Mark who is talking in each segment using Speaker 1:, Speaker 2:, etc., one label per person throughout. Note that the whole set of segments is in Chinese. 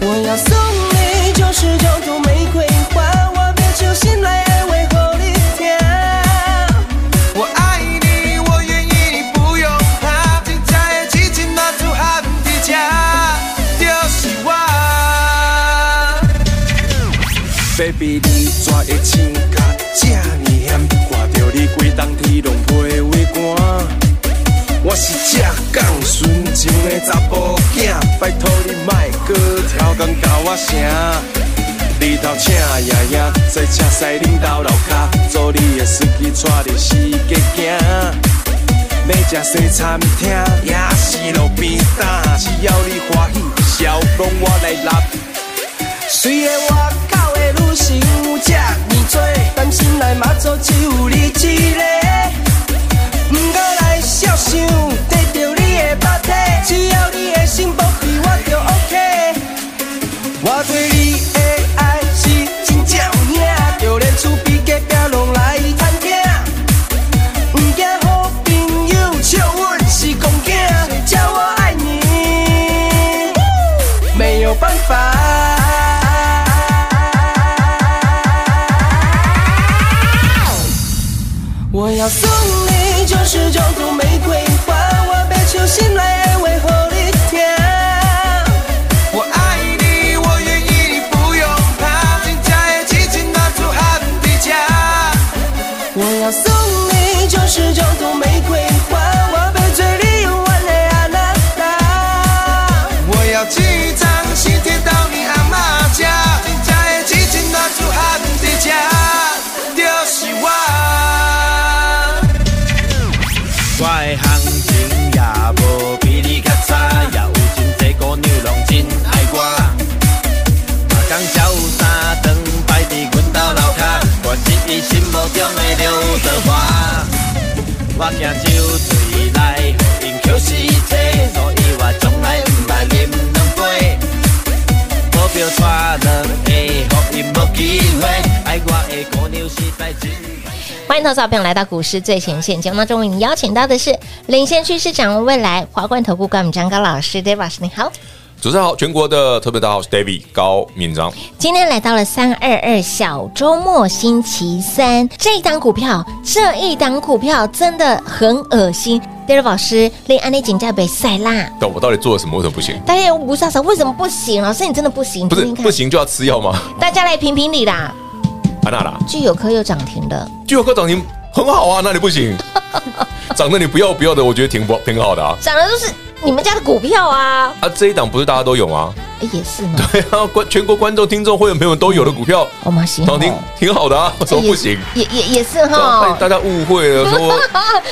Speaker 1: 我要送你九十九朵玫瑰花，我别求信来安慰后的天。我爱你，我愿意，你不用怕，今在激情那土暗的家，就是我。Baby，你怎会穿甲这呢嫌？看着你规冬天拢被畏寒。我是浙江纯情的查甫囝，拜托你莫搁超工甲我声。日头请爷爷，坐车驶恁兜楼骹，做你的司机带你四界行。要食西餐厅，也是路边摊，只要你欢喜，笑容我来รับ。虽然外口的女性有这呢多，但心内嘛做只有你一个。毋过来少想，得到你的肉体，只要你的心保庇我就 OK。我对你的爱是真正有影，就连厝边隔壁拢来探听，毋惊好朋友笑阮是公囝，谁叫我爱你，没有办法。我要送你九十九朵玫瑰花，我被求心来安慰后的天。我爱你，我愿意，你不用怕，真正的激情拿出暗的家。我要送你九十九朵玫瑰花，我被最里用完的阿娜达。我要寄张喜帖到你阿妈家，真正的激情拿出暗的家，就是我。
Speaker 2: 我的行情也无比你较差，也有真济姑娘拢真爱我。逐工才有三顿摆伫阮兜楼骹，我是伊心目中的刘德华。我惊酒醉来，互因捡尸体，所以我从来毋捌啉两杯。保镖带两个，互因无机会，爱我的姑娘实在真歹。
Speaker 3: 欢迎投资者朋友来到股市最前线节目当中，我们邀请到的是领先趋势、掌握未来华冠投顾管理张高老师，David 老师，你好。
Speaker 4: 主持人好，全国的特别大号是 David 高敏章，
Speaker 3: 今天来到了三二二小周末星期三，这一档股票，这一档股票真的很恶心。David 老师，令安利警价被塞啦，
Speaker 4: 但我到底做了什么？为什么不行？
Speaker 3: 大家又不知道说为什么不行？哦老师，你真的不行？
Speaker 4: 不是
Speaker 3: 听听
Speaker 4: 不
Speaker 3: 看，
Speaker 4: 行就要吃药吗？
Speaker 3: 大家来评评理啦。
Speaker 4: 安娜啦，
Speaker 3: 具有科又涨停了，
Speaker 4: 聚友科涨停很好啊，那你不行， 涨得你不要不要的，我觉得挺不挺好的啊。
Speaker 3: 涨的都是你们家的股票啊，
Speaker 4: 啊，这一档不是大家都有吗？
Speaker 3: 哎也是呢，哦
Speaker 4: 对啊，观全国观众、听众、会员朋友都有的股票，
Speaker 3: 我们行
Speaker 4: 涨停挺好的啊，为什么不行？
Speaker 3: 哎也也也是
Speaker 4: 大
Speaker 3: 哈
Speaker 4: 大。家误会了，说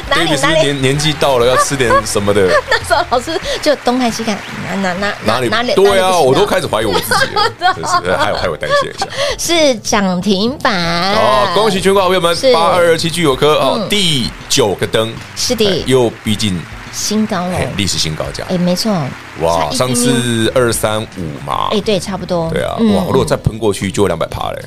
Speaker 3: 哪里
Speaker 4: David 是
Speaker 3: 哪
Speaker 4: 不是
Speaker 3: 里？
Speaker 4: 年年纪到了要吃点什么的，
Speaker 3: 那时候老师就东看西看，哪哪 哪
Speaker 4: 哪里
Speaker 3: 哪里？
Speaker 4: 对
Speaker 3: 哪里不
Speaker 4: 啊，
Speaker 3: 行
Speaker 4: 我都开始怀疑我自己了，真是哎害我害我担心一下。
Speaker 3: 是涨停板
Speaker 4: 哦，恭喜全国好朋友们
Speaker 3: 啊是，
Speaker 4: 八二二七具有科哦
Speaker 3: 嗯，
Speaker 4: 第九个灯，
Speaker 3: 是
Speaker 4: 哎
Speaker 3: 的，
Speaker 4: 又逼近
Speaker 3: 新高了
Speaker 4: 哎，历史新高价，
Speaker 3: 哦哎，没错，差
Speaker 4: 哇，
Speaker 3: 一
Speaker 4: 上
Speaker 3: 丁丁
Speaker 4: 次二三五嘛，
Speaker 3: 哎，对，差不多，
Speaker 4: 对啊，
Speaker 3: 嗯
Speaker 4: 哇，如果再喷过去就两百趴嘞，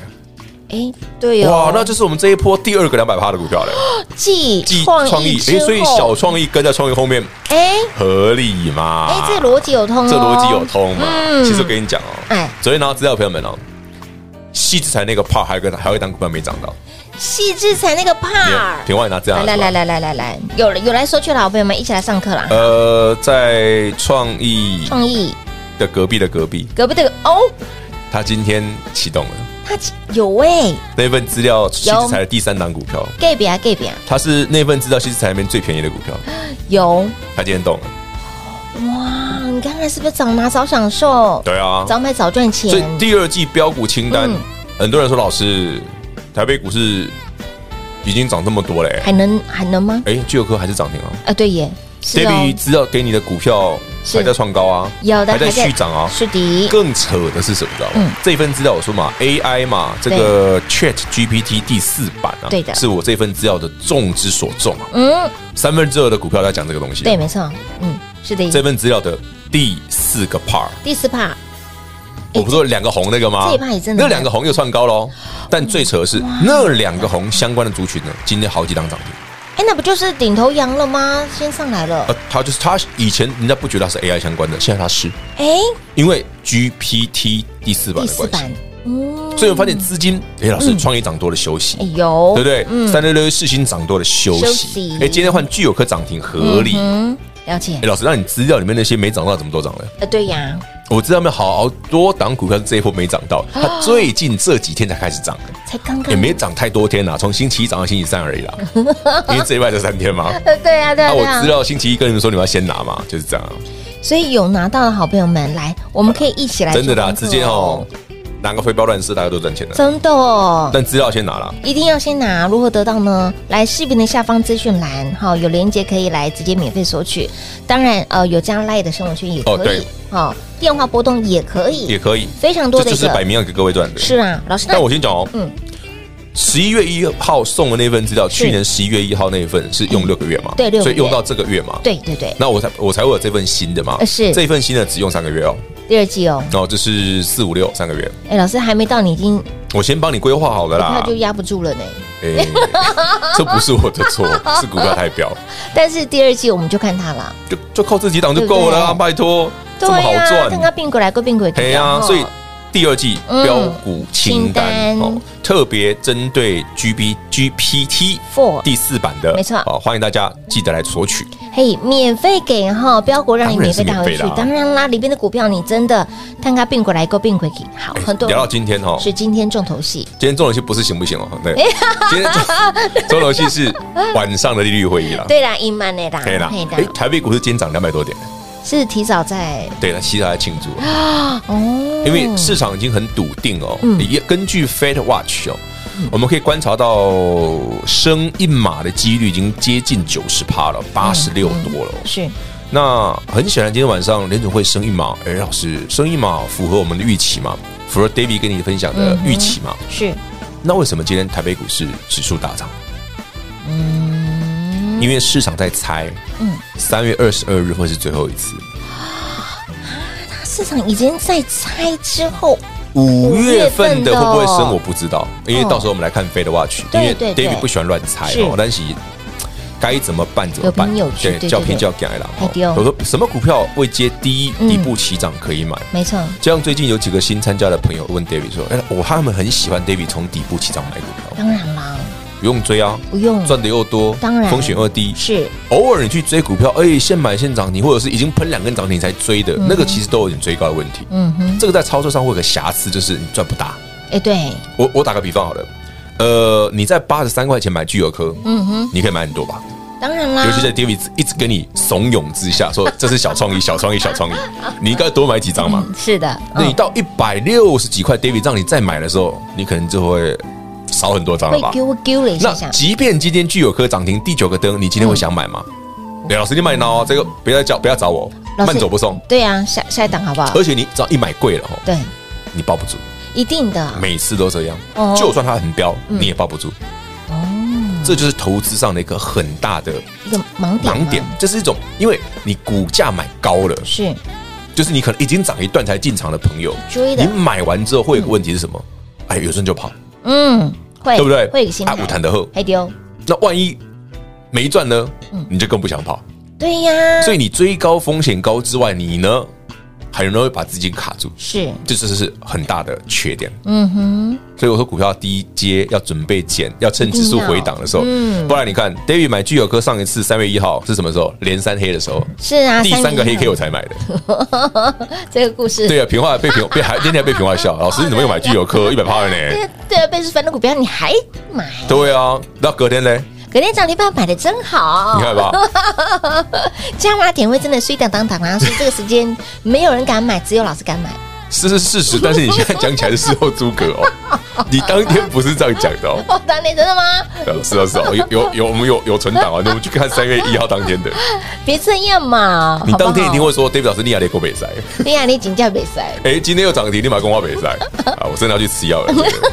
Speaker 3: 哎，对哦，
Speaker 4: 哇，那就是我们这一波第二个两百趴的股票嘞，
Speaker 3: 继哦
Speaker 4: 继
Speaker 3: 创
Speaker 4: 创
Speaker 3: 意
Speaker 4: 意，
Speaker 3: 之
Speaker 4: 哎，所以
Speaker 3: 后
Speaker 4: 小创意跟在创意后面
Speaker 3: 哎
Speaker 4: 合理嘛？
Speaker 3: 哎，这逻辑有通哦，
Speaker 4: 啊这逻辑有通嘛？
Speaker 3: 嗯
Speaker 4: 其实我跟你讲哦，
Speaker 3: 哎，
Speaker 4: 昨天拿到资料的朋友们哦，细之才那个 part 还有一个还有一档股票没涨到，
Speaker 3: 细致才那个
Speaker 4: 你
Speaker 3: part，
Speaker 4: 平外拿资料
Speaker 3: 来来
Speaker 4: 拿出
Speaker 3: 来来来来来，有有来说去了，好朋友们一起来上课啦。
Speaker 4: 呃，在创意
Speaker 3: 创意
Speaker 4: 的隔壁的隔壁，
Speaker 3: 隔壁这个哦，
Speaker 4: 它今天启动了
Speaker 3: 它有哎，
Speaker 4: 那份资料，西子财的第三档股票，
Speaker 3: 盖比啊盖比啊，
Speaker 4: 它是那份资料西子财里面最便宜的股票，
Speaker 3: 有
Speaker 4: 它今天动了。
Speaker 3: 哇！你刚才是不是早拿早享受，
Speaker 4: 对啊，
Speaker 3: 早买早赚钱
Speaker 4: 所以？第二季标股清单
Speaker 3: 嗯，
Speaker 4: 很多人说老师，台北股市已经涨这么多嘞，欸
Speaker 3: 还能还能吗？
Speaker 4: 哎，聚友科还是涨停啊，
Speaker 3: 啊，对耶，是哦
Speaker 4: David 知道给你的股票
Speaker 3: 是
Speaker 4: 还在创高啊，
Speaker 3: 有的
Speaker 4: 还在续涨啊。
Speaker 3: 是的，
Speaker 4: 更扯的是什么？你知道吗？
Speaker 3: 嗯
Speaker 4: 这份资料我说嘛，AI 嘛，这个 Chat GPT 第四版啊，
Speaker 3: 对的
Speaker 4: 是我这份资料的重之所重啊。
Speaker 3: 嗯，
Speaker 4: 三分之二的股票在讲这个东西，啊
Speaker 3: 对，没错，嗯，是
Speaker 4: 这
Speaker 3: 的，
Speaker 4: 份资料的第四个 part，
Speaker 3: 第四趴
Speaker 4: 我不是说两个红那个吗？
Speaker 3: 这一 part 也真的
Speaker 4: 那两个红又创高喽。但最扯的是，那两个红相关的族群呢，今天好几档涨停。
Speaker 3: 哎，那不就是顶头羊了吗？先上来了，
Speaker 4: 呃，它就是它以前人家不觉得它是 AI 相关的，现在它是，
Speaker 3: 哎，
Speaker 4: 因为 GPT 第四版
Speaker 3: 第
Speaker 4: 的
Speaker 3: 四
Speaker 4: 关
Speaker 3: 版
Speaker 4: 系，，
Speaker 3: 嗯，
Speaker 4: 所以我发现资金，哎，老师
Speaker 3: 嗯
Speaker 4: 创意涨多了休息
Speaker 3: 哎。有，
Speaker 4: 对不对？
Speaker 3: 嗯
Speaker 4: 三六六四星涨多了休
Speaker 3: 休
Speaker 4: 息
Speaker 3: 息，
Speaker 4: 哎，今天换具有科涨停合理。
Speaker 3: 嗯哼，了解
Speaker 4: 哎，，老师，那你资料里面那些没涨到的怎么都涨了？
Speaker 3: 呃，对呀，
Speaker 4: 我知道面好多档股票这一波没涨到，
Speaker 3: 啊
Speaker 4: 它最近这几天才开始涨，
Speaker 3: 才刚刚
Speaker 4: 也没涨太多天啦，从星期一涨到星期三而 已啦，因为这礼拜就三天嘛。
Speaker 3: 呃，对呀，对
Speaker 4: 那
Speaker 3: 呀，对
Speaker 4: 我
Speaker 3: 呀
Speaker 4: 资，料星期一跟你们说你们要先拿嘛，就是这样啊，
Speaker 3: 所以有拿到的好朋友们，来，我们可以一起来
Speaker 4: 真的啦，
Speaker 3: 做功课
Speaker 4: 直接哦，拿个飞镖乱试，大家都赚钱了。
Speaker 3: 真的哦。
Speaker 4: 但资料先拿了，
Speaker 3: 一定要先拿，如何得到呢？来视频的下方资讯栏，哈、有连接可以来直接免费索取。当然，呃，有加 Line 的生活圈也
Speaker 4: 哦
Speaker 3: 可以
Speaker 4: 对，
Speaker 3: 哦，电话拨通也可以，
Speaker 4: 也可以，
Speaker 3: 非常多
Speaker 4: 这
Speaker 3: 的
Speaker 4: 就
Speaker 3: 一
Speaker 4: 是摆
Speaker 3: 个。
Speaker 4: 明要给各位赚的。
Speaker 3: 是啊，老师，那
Speaker 4: 但我先讲哦，
Speaker 3: 嗯
Speaker 4: 嗯，十一月一号送的那份资料，去年十一月一号那一份是用六个月嘛，
Speaker 3: 嗯对六个月
Speaker 4: 所以用到这个月嘛，
Speaker 3: 对对对，
Speaker 4: 那我才我才会有这份新的嘛
Speaker 3: 呃，是
Speaker 4: 这份新的只用三个月哦，
Speaker 3: 第二季哦，
Speaker 4: 然后这是四五六三个月，
Speaker 3: 哎，老师还没到，你已经
Speaker 4: 我先帮你规划好了
Speaker 3: 股票
Speaker 4: 啦
Speaker 3: 就，压不住了呢。
Speaker 4: 哎，这不是我的 错，是股票太彪，
Speaker 3: 但是第二季我们就看它了，
Speaker 4: 就就靠这几档就够了啦，
Speaker 3: 对不对
Speaker 4: 拜托，这么好
Speaker 3: 看它
Speaker 4: 赚，
Speaker 3: 并过来，过并过去。
Speaker 4: 哎呀，
Speaker 3: 哦
Speaker 4: 所以。第二季
Speaker 3: 嗯
Speaker 4: 标股清单
Speaker 3: 清单
Speaker 4: 哦，特别针对 G B G P T
Speaker 3: Four
Speaker 4: 第四版的，
Speaker 3: 没错
Speaker 4: 好，欢迎大家记得来索取。
Speaker 3: 嘿，免费给哈，标股让你
Speaker 4: 当
Speaker 3: 免
Speaker 4: 然
Speaker 3: 费
Speaker 4: 是
Speaker 3: 带回去
Speaker 4: 免费啦。
Speaker 3: 当然啦，里边的股票你真的看它并过来，够并回去。好，很多
Speaker 4: 聊到今天哈，哦
Speaker 3: 是今天重头戏，
Speaker 4: 今天中游戏不是行不 行哦？对，今天中中游戏是晚上的利率会议啦。
Speaker 3: 对啦，一曼的啦，
Speaker 4: 可以啦
Speaker 3: 嘿，
Speaker 4: 哎，台北股市今天涨两百多点，
Speaker 3: 是提早在
Speaker 4: 对了，其实还在庆祝，
Speaker 3: 哦，
Speaker 4: 因为市场已经很笃定哦
Speaker 3: 嗯。
Speaker 4: 也根据 Fed Watch 哦，我们可以观察到升一码的几率已经接近九十趴了，八十六多了哦。
Speaker 3: 是
Speaker 4: 那很显然，今天晚上联准会升一码，哎，老师升一码符合我们的预期嘛？符合 David 跟你分享
Speaker 3: 嗯
Speaker 4: 的预期嘛？
Speaker 3: 是，
Speaker 4: 那为什么今天台北股市指数大涨？因为市场在猜，
Speaker 3: 嗯
Speaker 4: 三月二十二日会是最后一次，
Speaker 3: 市场已经在猜之后，
Speaker 4: 五月份的
Speaker 3: 五月份的
Speaker 4: 会
Speaker 3: 哦
Speaker 4: 不会升？我不知道，因为到时候我们来看 Fed Watch，因
Speaker 3: 对
Speaker 4: 为
Speaker 3: 对对
Speaker 4: David 不喜欢乱猜
Speaker 3: 是
Speaker 4: 哦，但是该怎么办怎么办
Speaker 3: 有凭有据对对
Speaker 4: 叫
Speaker 3: 对
Speaker 4: 偏叫改了
Speaker 3: 哎。对哦
Speaker 4: 我说什么股票未接第一
Speaker 3: 嗯
Speaker 4: 底部起涨可以买？
Speaker 3: 没错，
Speaker 4: 就像最近有几个新参加的朋友问 David 说：“哎，我他们很喜欢 David 从底部起涨买股票，
Speaker 3: 当然啦，
Speaker 4: 不用追啊，
Speaker 3: 不用
Speaker 4: 赚的又多，
Speaker 3: 当然
Speaker 4: 风险又低，
Speaker 3: 是
Speaker 4: 偶尔你去追股票，哎、现买现涨停，或者是已经喷两根涨停才追的，那个其实都有点追高的问题。
Speaker 3: 嗯哼，
Speaker 4: 这个在操作上会有个瑕疵，就是你赚不大。
Speaker 3: 哎对，
Speaker 4: 我我打个比方好了，呃，你在八十三块钱买聚友科，
Speaker 3: 嗯哼，嗯
Speaker 4: 你可以买很多吧？
Speaker 3: 当然啦，
Speaker 4: 尤其在 David 一直跟你怂恿之下，说这是小创意，小创意，小 创意，你应该多买几张嘛。
Speaker 3: 嗯是的，
Speaker 4: 那你到一百六十几块，David 让你再买的时候，你可能就会少很多张
Speaker 3: 嗯
Speaker 4: 了
Speaker 3: 会
Speaker 4: 吧？
Speaker 3: 丢丢了一下
Speaker 4: 那
Speaker 3: 下，
Speaker 4: 即便今天具有科涨停第九个灯，你今天
Speaker 3: 嗯
Speaker 4: 会想买吗？对，老师你买孬哦，这个不要叫不要找我，
Speaker 3: 老师
Speaker 4: 慢走不送。
Speaker 3: 对啊，下下一档好不好？
Speaker 4: 而且你只要一买贵了哦，
Speaker 3: 对，
Speaker 4: 你抱不住，
Speaker 3: 一定的，
Speaker 4: 每次都这样
Speaker 3: 哦。
Speaker 4: 就算它很彪，你也抱不住。这就是投资上的一个很大的
Speaker 3: 一个盲点吗，
Speaker 4: 盲点，这是一种，因为你股价买高了，
Speaker 3: 是
Speaker 4: 就是你可能已经涨一段才进场的朋友，
Speaker 3: 追
Speaker 4: 你
Speaker 3: 的，
Speaker 4: 买完之后会有个问题是什么？哎，有瞬就跑，
Speaker 3: 嗯，会
Speaker 4: 对不对？
Speaker 3: 会有一个心态
Speaker 4: 啊，我谈得后，
Speaker 3: 还丢，
Speaker 4: 那万一没赚呢？
Speaker 3: 嗯
Speaker 4: 你就更不想跑。
Speaker 3: 对呀，
Speaker 4: 所以你追高风险高之外，你呢很容易把资金卡住，
Speaker 3: 是，
Speaker 4: 这这是很大的缺点。
Speaker 3: 嗯哼，
Speaker 4: 所以我说股票第一阶要准备减，要趁指数回档的时候
Speaker 3: 一，定要嗯
Speaker 4: 不然你看 David 买聚友科上一次三月一号是什么时候？连三黑的时候，
Speaker 3: 是啊，
Speaker 4: 第三个黑 K
Speaker 3: 我
Speaker 4: 我才买的。
Speaker 3: 这个故事，
Speaker 4: 对啊，平话被平被还今天还被平话笑，老师你怎么又买聚友科一百八了
Speaker 3: 对
Speaker 4: 呢？
Speaker 3: 对啊，贝斯凡的股票你还买？
Speaker 4: 对啊，那隔天呢？
Speaker 3: 隔天涨停板买的真好
Speaker 4: 你，看吧，
Speaker 3: 哦加码点位真的虽当当当啊！所以这个时间没有人敢买，只有老师敢买。
Speaker 4: 这是事实，但是你现在讲起来是事后诸葛哦，你当天不是这样讲的哦。
Speaker 3: 我当年真的吗？
Speaker 4: 呃是啊是啊，有有有我们有有存档啊，那我们去看三月一号当天的，
Speaker 3: 别这样嘛！
Speaker 4: 你当天一定
Speaker 3: 好
Speaker 4: 会说 David 老师你亚雷口北塞，
Speaker 3: 不好，你啊，你请假比赛，
Speaker 4: 哎，今天又涨停，立马跟我北 塞啊，我真的要去吃药了。这个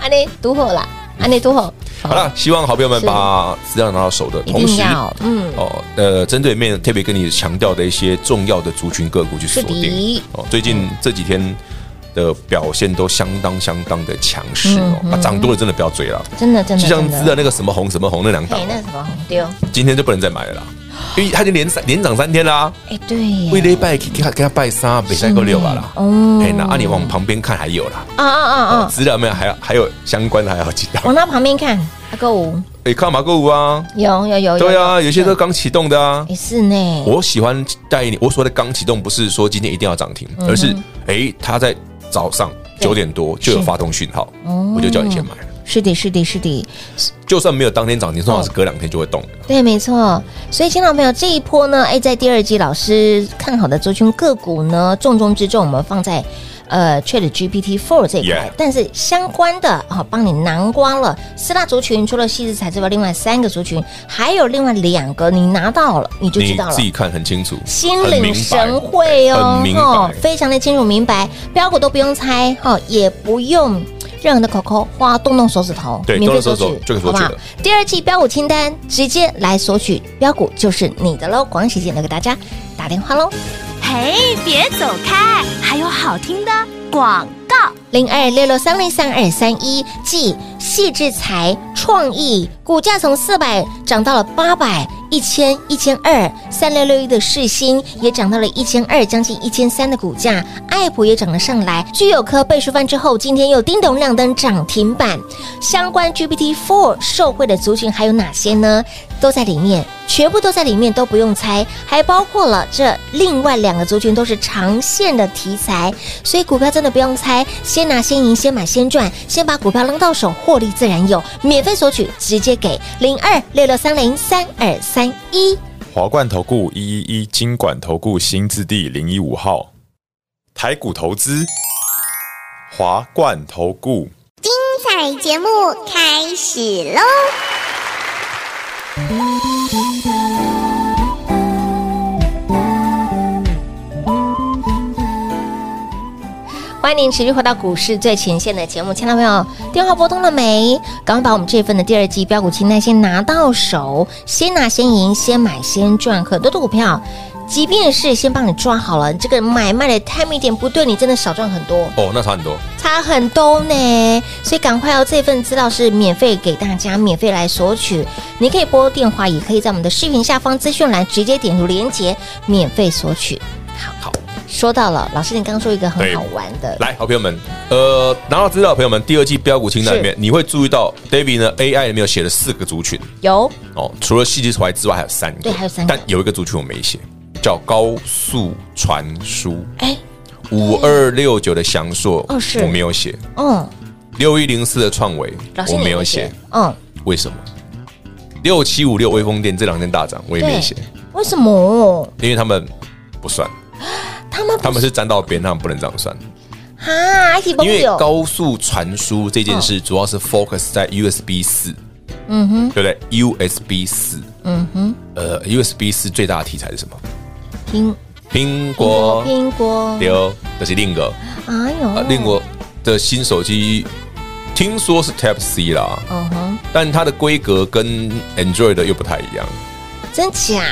Speaker 3: 安尼独火啦，安尼独火。
Speaker 4: 好了，希望好朋友们
Speaker 3: 是
Speaker 4: 把资料拿到手的
Speaker 3: 一
Speaker 4: 同
Speaker 3: 定
Speaker 4: 时，
Speaker 3: 要，嗯，
Speaker 4: 哦，呃，针对面特别跟你强调的一些重要的族群个股去锁
Speaker 3: 是
Speaker 4: 定
Speaker 3: 的。
Speaker 4: 哦，最近这几天的表现都相当相当的强势哦，啊，涨多了真的不要追了。
Speaker 3: 真的嗯真
Speaker 4: 就
Speaker 3: 的
Speaker 4: 像
Speaker 3: 真
Speaker 4: 知道
Speaker 3: 的。
Speaker 4: 那个什么红什么红那两档啊
Speaker 3: 嘿，，那什么红丢？
Speaker 4: 今天就不能再买了啦，因为它已经连三连涨三天啦，
Speaker 3: 哎，对耶，
Speaker 4: 为了一拜给他给他拜三，没再够六吧啦。
Speaker 3: 哦
Speaker 4: 哎，那啊你往旁边看还有啦，
Speaker 3: 啊啊啊啊！
Speaker 4: 资料没有，还有还有相关的还有几档，
Speaker 3: 往他旁边看，阿购物
Speaker 4: 哎，看马购物啊，
Speaker 3: 有有有，
Speaker 4: 对啊，有些都刚启动的啊，
Speaker 3: 也是呢。
Speaker 4: 我喜欢带你，我所谓的刚启动，不是说今天一定要涨停，而是诶，它在早上
Speaker 3: 嗯对哦
Speaker 4: 九点多就有发动讯号，我就叫你先买。
Speaker 3: 是的，是的，是的，
Speaker 4: 就算没有当天涨停，通常是隔两天就会动的。
Speaker 3: 对，没错。所以，新老朋友，这一波呢，哎，在第二季老师看好的族群个股呢，重中之重，我们放在呃 Chat GPT Four 这一块
Speaker 4: Yeah
Speaker 3: 但是相关的哦，帮你囊光了四大族群，除了细资材之外，另外三个族群还有另外两个，你拿到了你就知
Speaker 4: 你
Speaker 3: 道了
Speaker 4: 自。己看很清楚，
Speaker 3: 心
Speaker 4: 很明
Speaker 3: 领
Speaker 4: 白
Speaker 3: 神会哦，
Speaker 4: 很明
Speaker 3: 哦
Speaker 4: 白。
Speaker 3: 非常的清楚明白，标股都不用猜，哈、也不用任何的口口花，动动手指头，
Speaker 4: 对
Speaker 3: 免费
Speaker 4: 动动
Speaker 3: 索
Speaker 4: 手指
Speaker 3: 取
Speaker 4: 头，就可以
Speaker 3: 好
Speaker 4: 索
Speaker 3: 不
Speaker 4: 取
Speaker 3: 好
Speaker 4: 了？
Speaker 3: 第二季标股清单直接来索取，标股就是你的喽。广喜姐留给大家打电话喽。
Speaker 5: 嘿，别走开，还有好听的广告。
Speaker 3: 零二六六三零三二三一，即细制裁创意股价从四百涨到了八百、一千、一千二，三六六一的世星也涨到了一千二，将近一千三的股价，爱普也涨了上来，聚友科被收翻之后，今天又叮咚亮灯涨停板，相关 GPT Four 受惠的族群还有哪些呢？都在里面，全部都在里面，都不用猜，还包括了这另外两个族群都是长线的题材，所以股票真的不用猜，先拿先赢，先买先赚，先把股票扔到手，获利自然有。免费索取，直接给零二六六三零三二三一。
Speaker 6: 华冠投顾一一一金管投顾新字第零一五号，台股投资，华冠投顾。
Speaker 7: 彩节目开始喽！
Speaker 3: 欢迎您持续回到股市最前线的节目，亲爱的朋友，电话拨通了没？赶快把我们这份的第二季标股清单先拿到手，先拿先赢，先买先赚。很多的股票，即便是先帮你抓好了，这个买卖的 timing 点不对，你真的少赚很多。
Speaker 4: 哦，那差很多。
Speaker 3: 差很多呢，所以赶快哦！这份资料是免费给大家，免费来索取。你可以拨电话，也可以在我们的视频下方资讯栏直接点入连接，免费索取。好，说到了，老师，你刚说一个很
Speaker 4: 对
Speaker 3: 好玩的，
Speaker 4: 来，好朋友们，呃，拿到资料的朋友们，第二季标股清单里面，你会注意到 David 呢 AI 里面有写了四个族群
Speaker 3: 有
Speaker 4: 哦，除了戏剧出来之外，还有三个，
Speaker 3: 对还有三个
Speaker 4: 但有一个族群我没写，叫高速传输。
Speaker 3: 哎，
Speaker 4: 五二六九的翔硕，
Speaker 3: 哦是
Speaker 4: 我没有写；
Speaker 3: 嗯，
Speaker 4: 六一零四的创维
Speaker 3: 老，师
Speaker 4: 我
Speaker 3: 你
Speaker 4: 没有
Speaker 3: 会
Speaker 4: 写，，
Speaker 3: 嗯，
Speaker 4: 为什么？六七五六微风电这两天大涨，我也
Speaker 3: 嗯
Speaker 4: 没
Speaker 3: 对
Speaker 4: 写，
Speaker 3: 为什么
Speaker 4: 因为他们不算，
Speaker 3: 他们
Speaker 4: 他们是沾到边，他们不能这样算。
Speaker 3: 哈一起崩
Speaker 4: 因为
Speaker 3: 有？
Speaker 4: 高速传输这件事，主要是 focus 在 USB 四，
Speaker 3: 嗯哼，
Speaker 4: 对不对？USB 四，嗯哼，呃，USB 四最大的题材是什么？
Speaker 3: 苹
Speaker 4: 苹果，
Speaker 3: 苹果，
Speaker 4: 丢，这是另一个，
Speaker 3: 哎
Speaker 4: 啊
Speaker 3: 呦，，
Speaker 4: 另一个的新手机，听说是 Type C 啦，
Speaker 3: 嗯哼，
Speaker 4: 但它的规格跟 Android 的又不太一样，
Speaker 3: 真假？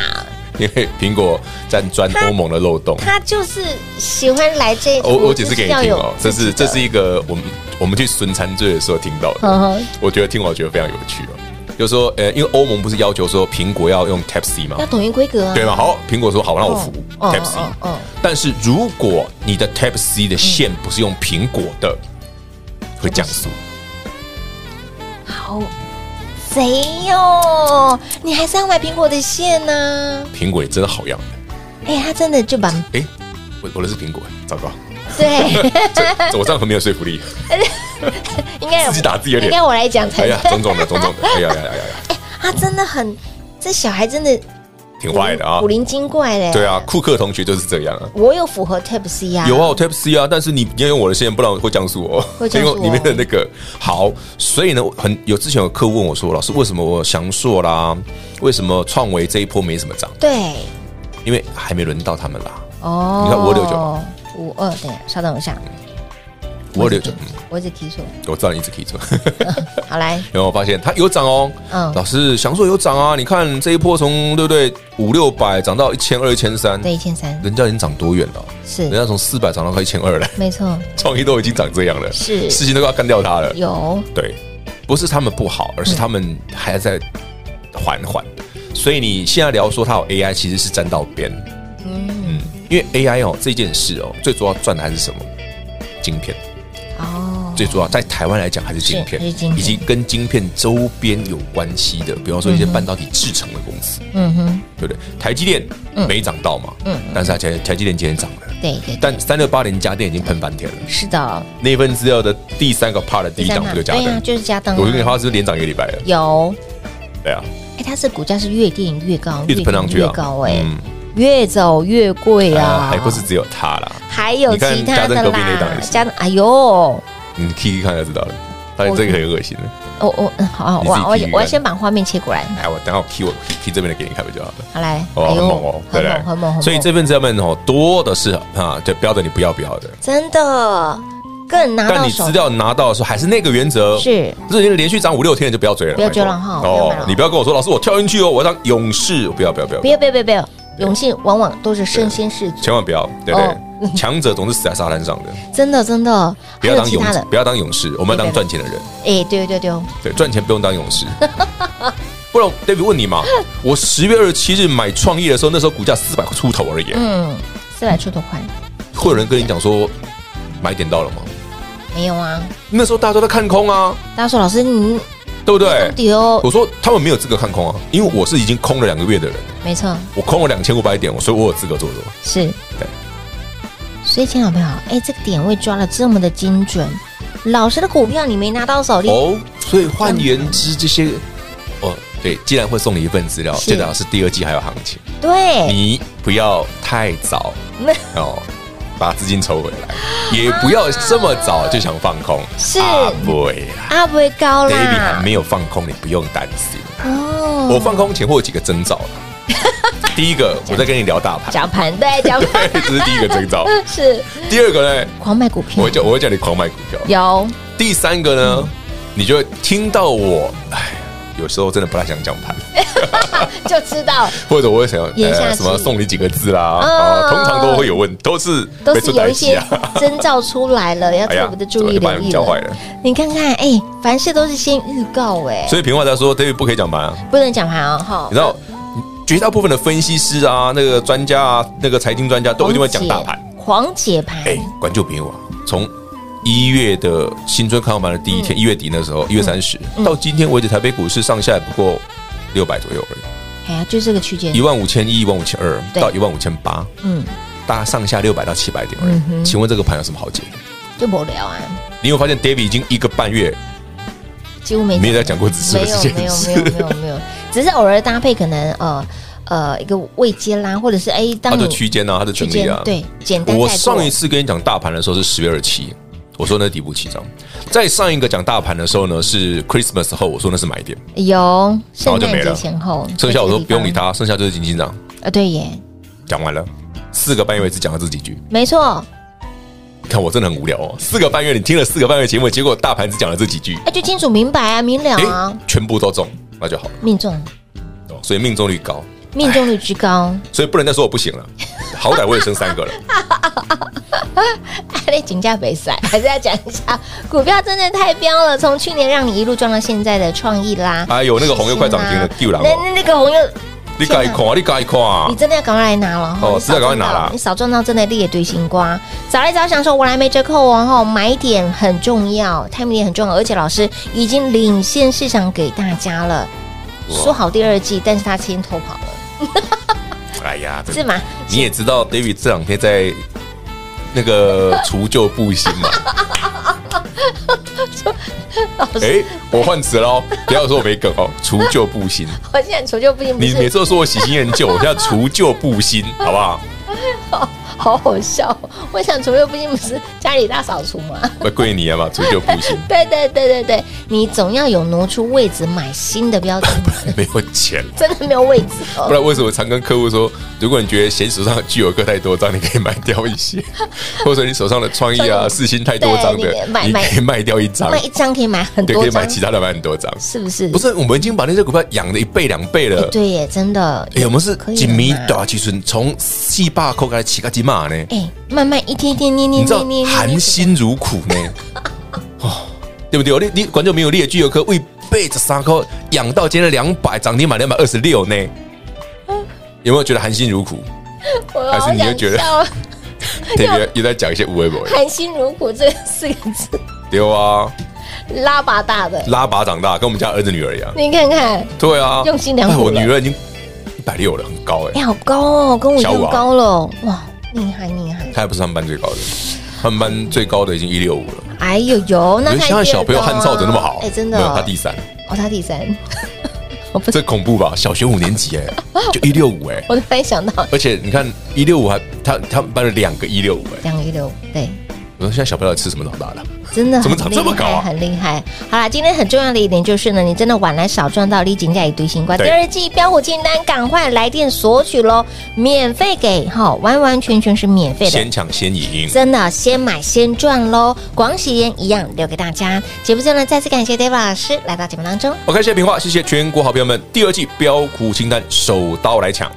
Speaker 4: 因为苹果在钻欧盟的漏洞。
Speaker 3: 他就是喜欢来这，
Speaker 4: 我我解释给你
Speaker 3: 就是
Speaker 4: 听
Speaker 3: 要有，
Speaker 4: 哦这
Speaker 3: 自己的
Speaker 4: 是这是一个我们我们去损残罪的时候听到
Speaker 3: 嗯
Speaker 4: 的
Speaker 3: 哼，
Speaker 4: 我觉得听完我觉得非常有趣哦。就是说，呃，因为欧盟不是要求说苹果要用 Type C 嘛
Speaker 3: 要，统一规格啊，
Speaker 4: 对吗？好，苹果说好，那我服
Speaker 3: 哦
Speaker 4: Type C
Speaker 3: 哦哦哦。
Speaker 4: 但是如果你的 Type C 的线不是用苹果的，会降速。
Speaker 3: 好贼哟！你还是要买苹果的线呢、
Speaker 4: 苹果也真的好样
Speaker 3: 哎、他真的就把
Speaker 4: 的，哎，我我的是苹果，欸糟 糕，
Speaker 3: 对，
Speaker 4: 这这我这样很没有说服力，
Speaker 3: 应该
Speaker 4: 自己打自己的
Speaker 3: 应
Speaker 4: 脸
Speaker 3: 该。哎我来讲才
Speaker 4: 哎
Speaker 3: 对
Speaker 4: 呀。，种种的，种种的，哎呀呀呀呀呀！
Speaker 3: 他真的很，这小孩真的
Speaker 4: 挺坏的啊
Speaker 3: 古。灵精怪嘞。
Speaker 4: 对啊，，库克同学就是这样啊。
Speaker 3: 我有符合 Type C 呀、
Speaker 4: 有啊，我 Type C 啊，但是你你要用我的线，不然我会降速哦。
Speaker 3: 会降速哦
Speaker 4: 因为里面的那个好，所以呢，我很有之前有客户问我说，老师为什么我翔硕啦，为什么创维这一波没什么涨？
Speaker 3: 对，
Speaker 4: 因为还没轮到他们啦。
Speaker 3: 哦，
Speaker 4: 你看569吧
Speaker 3: 九五二，等一下，稍等我一下，
Speaker 4: 我有点，
Speaker 3: 我一直提错，
Speaker 4: 我知道你一直可以做，
Speaker 3: 好来，
Speaker 4: 然后我发现 它有涨哦。
Speaker 3: 嗯
Speaker 4: 老师，翔硕有涨啊，你看这一波从对不对五六百涨到一千二、一千三，
Speaker 3: 对，一千三，
Speaker 4: 人家已经涨多远了？
Speaker 3: 是
Speaker 4: 人家从四百涨到快一千二了，
Speaker 3: 没错，
Speaker 4: 创意都已经涨这样了，
Speaker 3: 是
Speaker 4: 事情都要干掉它了。
Speaker 3: 有，
Speaker 4: 对，不是他们不好，
Speaker 3: 嗯
Speaker 4: 而是他们还在缓缓。所以你现在聊说它有 AI，其实是沾到边。嗯，因为 AI 哦这件事哦，最主要赚的还是什么？晶片。
Speaker 3: 哦，
Speaker 4: 最主要在台湾来讲还是晶片，
Speaker 3: 是是晶片
Speaker 4: 以及跟晶片周边有关系的，比方说一些半导体制成的公司，
Speaker 3: 嗯哼，
Speaker 4: 对不对？台积电没涨到嘛，
Speaker 3: 嗯
Speaker 4: 但是它台台积电今天涨了，
Speaker 3: 对对，
Speaker 4: 但三六八零家电已经喷翻天了。
Speaker 3: 是的，
Speaker 4: 那份资料的第三个 part 的第一档
Speaker 3: 第
Speaker 4: 就
Speaker 3: 三
Speaker 4: 加
Speaker 3: 对呀、
Speaker 4: 登，
Speaker 3: 就是加登、啊，
Speaker 4: 我跟你说，它是不是连涨一个礼拜了，
Speaker 3: 有，
Speaker 4: 对啊，
Speaker 3: 哎，它是股价是越垫越高，
Speaker 4: 一直喷上去
Speaker 3: 越
Speaker 4: 啊
Speaker 3: 垫越高，哎、
Speaker 4: 嗯哎
Speaker 3: 越走越贵啊，
Speaker 4: 还不是只有它啦，
Speaker 3: 还有其他
Speaker 4: 你看嘉
Speaker 3: 的
Speaker 4: 登隔壁那档
Speaker 3: 啦
Speaker 4: 也，是
Speaker 3: 加登，哎呦。
Speaker 4: 你 K K 看就知道了。但是这个很恶心的，
Speaker 3: 哦哦，嗯好，好
Speaker 4: 你
Speaker 3: 我
Speaker 4: 自己
Speaker 3: 我
Speaker 4: 去
Speaker 3: 我要
Speaker 4: 看
Speaker 3: 先把画面切过来，
Speaker 4: 哎，我等下我 K 我 K 这边的给你看不就好了？
Speaker 3: 好来，
Speaker 4: 哦，很猛哦，对
Speaker 3: 哎很猛，
Speaker 4: 不对
Speaker 3: 很猛，很猛，
Speaker 4: 所以这份资料们哦多的是啊，就标的你不要不要的，
Speaker 3: 真的更拿
Speaker 4: 但
Speaker 3: 到
Speaker 4: 你
Speaker 3: 手
Speaker 4: 资，料拿到的时候还是那个原则，
Speaker 3: 是
Speaker 4: 这已经连续涨五六天了就不要追了，
Speaker 3: 不要追了哈
Speaker 4: 拜托
Speaker 3: 不要买了
Speaker 4: 你不要跟我说老师我跳进去哦，我要当勇士，不要不要不要，
Speaker 3: 不要不要不要不要，永信往往都是身先士卒，
Speaker 4: 千万不要，对不
Speaker 3: 哦
Speaker 4: 对？强者总是死在沙滩上 的，
Speaker 3: 真的真的，还
Speaker 4: 不要
Speaker 3: 有
Speaker 4: 当
Speaker 3: 其
Speaker 4: 勇
Speaker 3: 他的，
Speaker 4: 不要当勇士，我们要当赚钱的人，
Speaker 3: 哎，对对对哦，
Speaker 4: 对，赚钱不用当勇士。 不然，David 问你嘛，我十月二十七日买创业的时候，那时候股价四百出头而已，
Speaker 3: 嗯，四百出头块
Speaker 4: 会有人跟你讲说买点到了吗？
Speaker 3: 没有啊？
Speaker 4: 那时候大家都在看空啊，
Speaker 3: 大家说老师你
Speaker 4: 对不对
Speaker 3: 到？底哦，
Speaker 4: 我说他们没有资格看空啊，因为我是已经空了两个月的人，
Speaker 3: 没错，
Speaker 4: 我空了两千五百点，所以我有资格做多。
Speaker 3: 是
Speaker 4: 对。
Speaker 3: 所以，亲爱的朋友，哎，这个点位抓的这么的精准，老师的股票你没拿到手，你
Speaker 4: 哦，所以换言之，这些哦，对，既然会送你一份资料，
Speaker 3: 是
Speaker 4: 最早是第二季还有行情，
Speaker 3: 对，
Speaker 4: 你不要太早
Speaker 3: 哦那
Speaker 4: 哦。把资金抽回来，也不要这么早就想放空。
Speaker 3: 是
Speaker 4: 啊，不会啦
Speaker 3: 阿不会高
Speaker 4: ，David 还
Speaker 3: 啦，
Speaker 4: 没有放空，你不用担心。
Speaker 3: 哦
Speaker 4: 我放空前会有几个征兆 啦第一个，我在跟你聊大盘，
Speaker 3: 讲盘对讲盘
Speaker 4: 这是第一个 征兆。
Speaker 3: 是
Speaker 4: 第二个呢，
Speaker 3: 狂买股票
Speaker 4: 我，叫我会叫你狂买股票。
Speaker 3: 有
Speaker 4: 第三个
Speaker 3: 嗯
Speaker 4: 呢，你就会听到我，哎，有时候真的不太想讲 盘，
Speaker 3: 就知道
Speaker 4: 或者我会想要
Speaker 3: 言下之意
Speaker 4: 什么送你几个字啦，
Speaker 3: 嗯
Speaker 4: 啊，通常都会有问，都是
Speaker 3: 都
Speaker 4: 被
Speaker 3: 是
Speaker 4: 做
Speaker 3: 有
Speaker 4: 代
Speaker 3: 一
Speaker 4: 际
Speaker 3: 些
Speaker 4: 啊。
Speaker 3: 征兆出来 了，
Speaker 4: 哎
Speaker 3: 要特别的注意
Speaker 4: 把
Speaker 3: 留
Speaker 4: 你
Speaker 3: 意
Speaker 4: 教坏
Speaker 3: 了。
Speaker 4: 了。
Speaker 3: 你看看，哎，凡事都是先预告，哎，
Speaker 4: 所以平话他说，David 不可以讲盘啊。
Speaker 3: 不能讲盘哦，哈
Speaker 4: 你知。道，绝大部分的分析师啊，那个专家啊，那个财经专家都一定会讲大盘。
Speaker 3: 狂解盘，
Speaker 4: 哎，管就平话，从一月的新春看盘的第
Speaker 3: 嗯
Speaker 4: 一天，一月底那时候，一月三十到今天为止，台北股市上下也不过六百左右而已。
Speaker 3: 哎呀，就这个区间
Speaker 4: 一，万五千一、一万五千二
Speaker 3: 对
Speaker 4: 到一万五千八，
Speaker 3: 嗯，
Speaker 4: 大概上下六百到七百点而已。
Speaker 3: 嗯哼
Speaker 4: 请问这个盘有什么好解？
Speaker 3: 就无聊啊，
Speaker 4: 你有发现 David 已经一个半月
Speaker 3: 几乎没
Speaker 4: 没有在讲过指数
Speaker 3: 没
Speaker 4: 的这
Speaker 3: 有没
Speaker 4: 件
Speaker 3: 有
Speaker 4: 事
Speaker 3: 没有没有没有， 只是偶尔搭配可能呃呃一个位阶啦，或者是哎，
Speaker 4: 它
Speaker 3: 当
Speaker 4: 的
Speaker 3: 你
Speaker 4: 区间啊，它的整理啊。
Speaker 3: 对，简单带过。
Speaker 4: 我上一次跟你讲大盘的时候是十月二七，我说那是底部起涨。再上一个讲大盘的时候呢是 Christmas 后，我说那是买点，
Speaker 3: 有
Speaker 4: 然
Speaker 3: 圣
Speaker 4: 后就
Speaker 3: 诞
Speaker 4: 没
Speaker 3: 节
Speaker 4: 了
Speaker 3: 前后，
Speaker 4: 剩下我说不用理
Speaker 3: 他。
Speaker 4: 它，剩下就是金金涨。
Speaker 3: 啊，对耶，
Speaker 4: 讲完了，四个半月只讲了这几句。
Speaker 3: 没错，
Speaker 4: 你看我真的很无聊哦，四个半月你听了四个半月节目，结果大盘只讲了这几句，
Speaker 3: 哎，就清楚明白啊，明了
Speaker 4: 哎
Speaker 3: 啊，，
Speaker 4: 全部都中，那就好了。哦
Speaker 3: 命中
Speaker 4: 所以命中率高，
Speaker 3: 命中率之 高，
Speaker 4: 所以不能再说我不行了。好歹我也生三个了，
Speaker 3: 哎，金价北赛 还是要讲一下，股票真的太彪了，从去年让你一路赚到现在的创意啦，
Speaker 4: 哎呦那个红又快涨停了
Speaker 3: 是吗
Speaker 4: 丢人哦
Speaker 3: 那那那个红又，
Speaker 4: 你改看啊，你改看啊
Speaker 3: 你，真的要赶快来拿了
Speaker 4: 哦
Speaker 3: 你少
Speaker 4: 是要赶快拿
Speaker 3: 赚到
Speaker 4: 啦
Speaker 3: 你少赚到真的列堆星瓜，早来早享受，我来没折扣哦，吼，买点很重要，timing 点很重要，而且老师已经领先市场给大家了，
Speaker 4: 哇
Speaker 3: 说好第二季，但是他先偷跑了，
Speaker 4: 哎呀，这
Speaker 3: 是吗？
Speaker 4: 你也知道 David 这两天在那个除旧布新嘛，
Speaker 3: 老师，
Speaker 4: 哎，我换词喽，不要说我没梗哦，除旧布新。
Speaker 3: 我现在求救不行，不
Speaker 4: 你每
Speaker 3: 是
Speaker 4: 次都说我喜新厌旧，我现在除旧布新，好不好？
Speaker 3: 好好笑哦。我想求救不行，不是家里大扫除吗？，
Speaker 4: 我跪你啊嘛，除旧布新
Speaker 3: 对对对对对，你总要有挪出位置买新的 标准，
Speaker 4: 没有钱。
Speaker 3: 真的没有位置哦
Speaker 4: 不。然为什么常跟客户说，如果你觉得嫌手上的具有哥太多张，你可以卖掉 一些，或者你手上的创意啊、四星太多张
Speaker 3: 对
Speaker 4: 的
Speaker 3: 你买，
Speaker 4: 你可以卖掉一张
Speaker 3: 卖，一张可以买很
Speaker 4: 对，可
Speaker 3: 多
Speaker 4: 以买
Speaker 3: 张，
Speaker 4: 其他的买很多张。
Speaker 3: 是不是？
Speaker 4: 不是，我们已经把那些股票养了一倍两倍
Speaker 3: 哎，
Speaker 4: 了。
Speaker 3: 对耶，真的。
Speaker 4: 哎，我们是
Speaker 3: 可以
Speaker 4: 几
Speaker 3: 了
Speaker 4: 米
Speaker 3: 嘛
Speaker 4: 大几寸，啊从四百块开始起个几码呢？
Speaker 3: 哎，慢慢一天一天捏捏
Speaker 4: 你知
Speaker 3: 捏
Speaker 4: 道
Speaker 3: 捏捏，
Speaker 4: 含辛茹苦 呢，哦，对不对？你你观众没有列具哦有科为背着三颗养到今天两百，涨停板两百二十 六呢，有没有觉得含辛茹苦？
Speaker 3: 我
Speaker 4: 还
Speaker 3: 好
Speaker 4: 是你就
Speaker 3: 想
Speaker 4: 觉得
Speaker 3: 笑哦，
Speaker 4: 特别又在讲一些无为博
Speaker 3: 含辛茹苦这四个字
Speaker 4: 对啊，
Speaker 3: 拉拔大的，
Speaker 4: 拉拔长大，跟我们家儿子女儿 一样，
Speaker 3: 你看看，
Speaker 4: 对啊，
Speaker 3: 用心良苦
Speaker 4: 哎我
Speaker 3: 了
Speaker 4: 女儿已经一百六了，很高哎、
Speaker 3: 哎，好高哦，跟我一
Speaker 4: 小五
Speaker 3: 样
Speaker 4: 啊
Speaker 3: 高了，哇，厉害厉害！
Speaker 4: 她还不是他们班最高的，他们班最高的已经一六五了。
Speaker 3: 哎呦呦，那
Speaker 4: 你
Speaker 3: 他
Speaker 4: 就想想
Speaker 3: 一定
Speaker 4: 小朋友
Speaker 3: 高啊
Speaker 4: 汉照怎么那么好？
Speaker 3: 哎，真的
Speaker 4: 没有
Speaker 3: 哦，
Speaker 4: 他第三，
Speaker 3: 哦，他第三，我不，
Speaker 4: 这恐怖吧？小学五年级哎、就一六五哎，
Speaker 3: 我突然想到
Speaker 4: 而且你看一六五还他他们班了两个一六五哎，
Speaker 3: 两个一六，对，
Speaker 4: 我说现在小朋友吃什么长大的？
Speaker 3: 真的
Speaker 4: 怎么
Speaker 3: 很
Speaker 4: 长这么
Speaker 3: 厉害
Speaker 4: 高啊
Speaker 3: 很厉害。好啦，今天很重要的一点就是呢，你真的晚来少赚到，立井价以独行瓜。
Speaker 4: 对
Speaker 3: 第二季标股清单，赶快来电索取喽，免费给哈、完完全全是免费的。
Speaker 4: 先抢先赢，
Speaker 3: 真的先买先赚喽！广喜烟一样留给大家。节目最后呢，再次感谢 David 老师来到节目当中。
Speaker 4: OK，谢谢平话，谢谢全国好朋友们，第二季标股清单手刀来抢。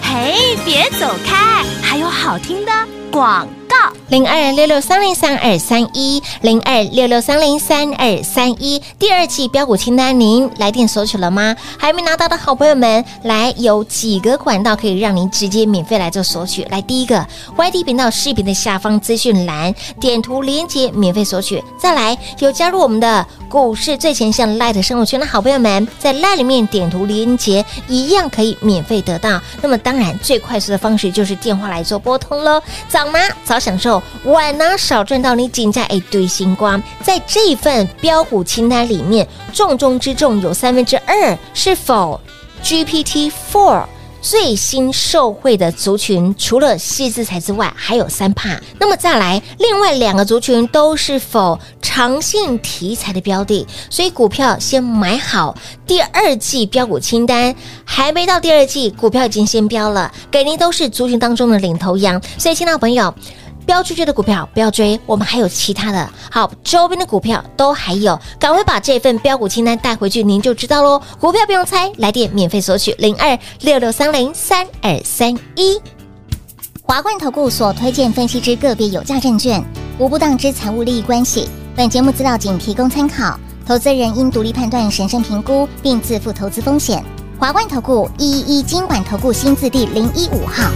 Speaker 5: 嘿，别走开，还有好听的广告。
Speaker 3: 零二六六三零三二三一，零二六六三零三二三一。第二季标股清单，您来电索取了吗？还没拿到的好朋友们，来有几个管道可以让您直接免费来做索取。来，第一个 YT 频道视频的下方资讯栏，点图连接免费索取。再来，有加入我们的股市最前线 Light 生活圈的好朋友们，在 Light 里面点图连接，一样可以免费得到。那么当然，最快速的方式就是电话来做拨通喽。早拿早享受，晚拿少赚到你紧在一堆星光。在这一份标股清单里面，重中之重有三分之二是否 GPT Four。最新受惠的族群，除了细资材之外，还有三帕。那么再来，另外两个族群都是否长线题材的标的，所以股票先买好。第二季标股清单还没到第二季，股票已经先标了，给您都是族群当中的领头羊。所以，亲爱的朋友。标出去的股票不要追，我们还有其他的好周边的股票都还有，赶快把这份标股清单带回去，您就知道喽。股票不用猜，来电免费索取零二六六三零三二三一。
Speaker 7: 华冠投顾所推荐分析之个别有价证券，无不当之财务利益关系。本节目资料仅提供参考，投资人应独立判断、审慎评估，并自负投资风险。华冠投顾一一一金管投顾新字第零一五号。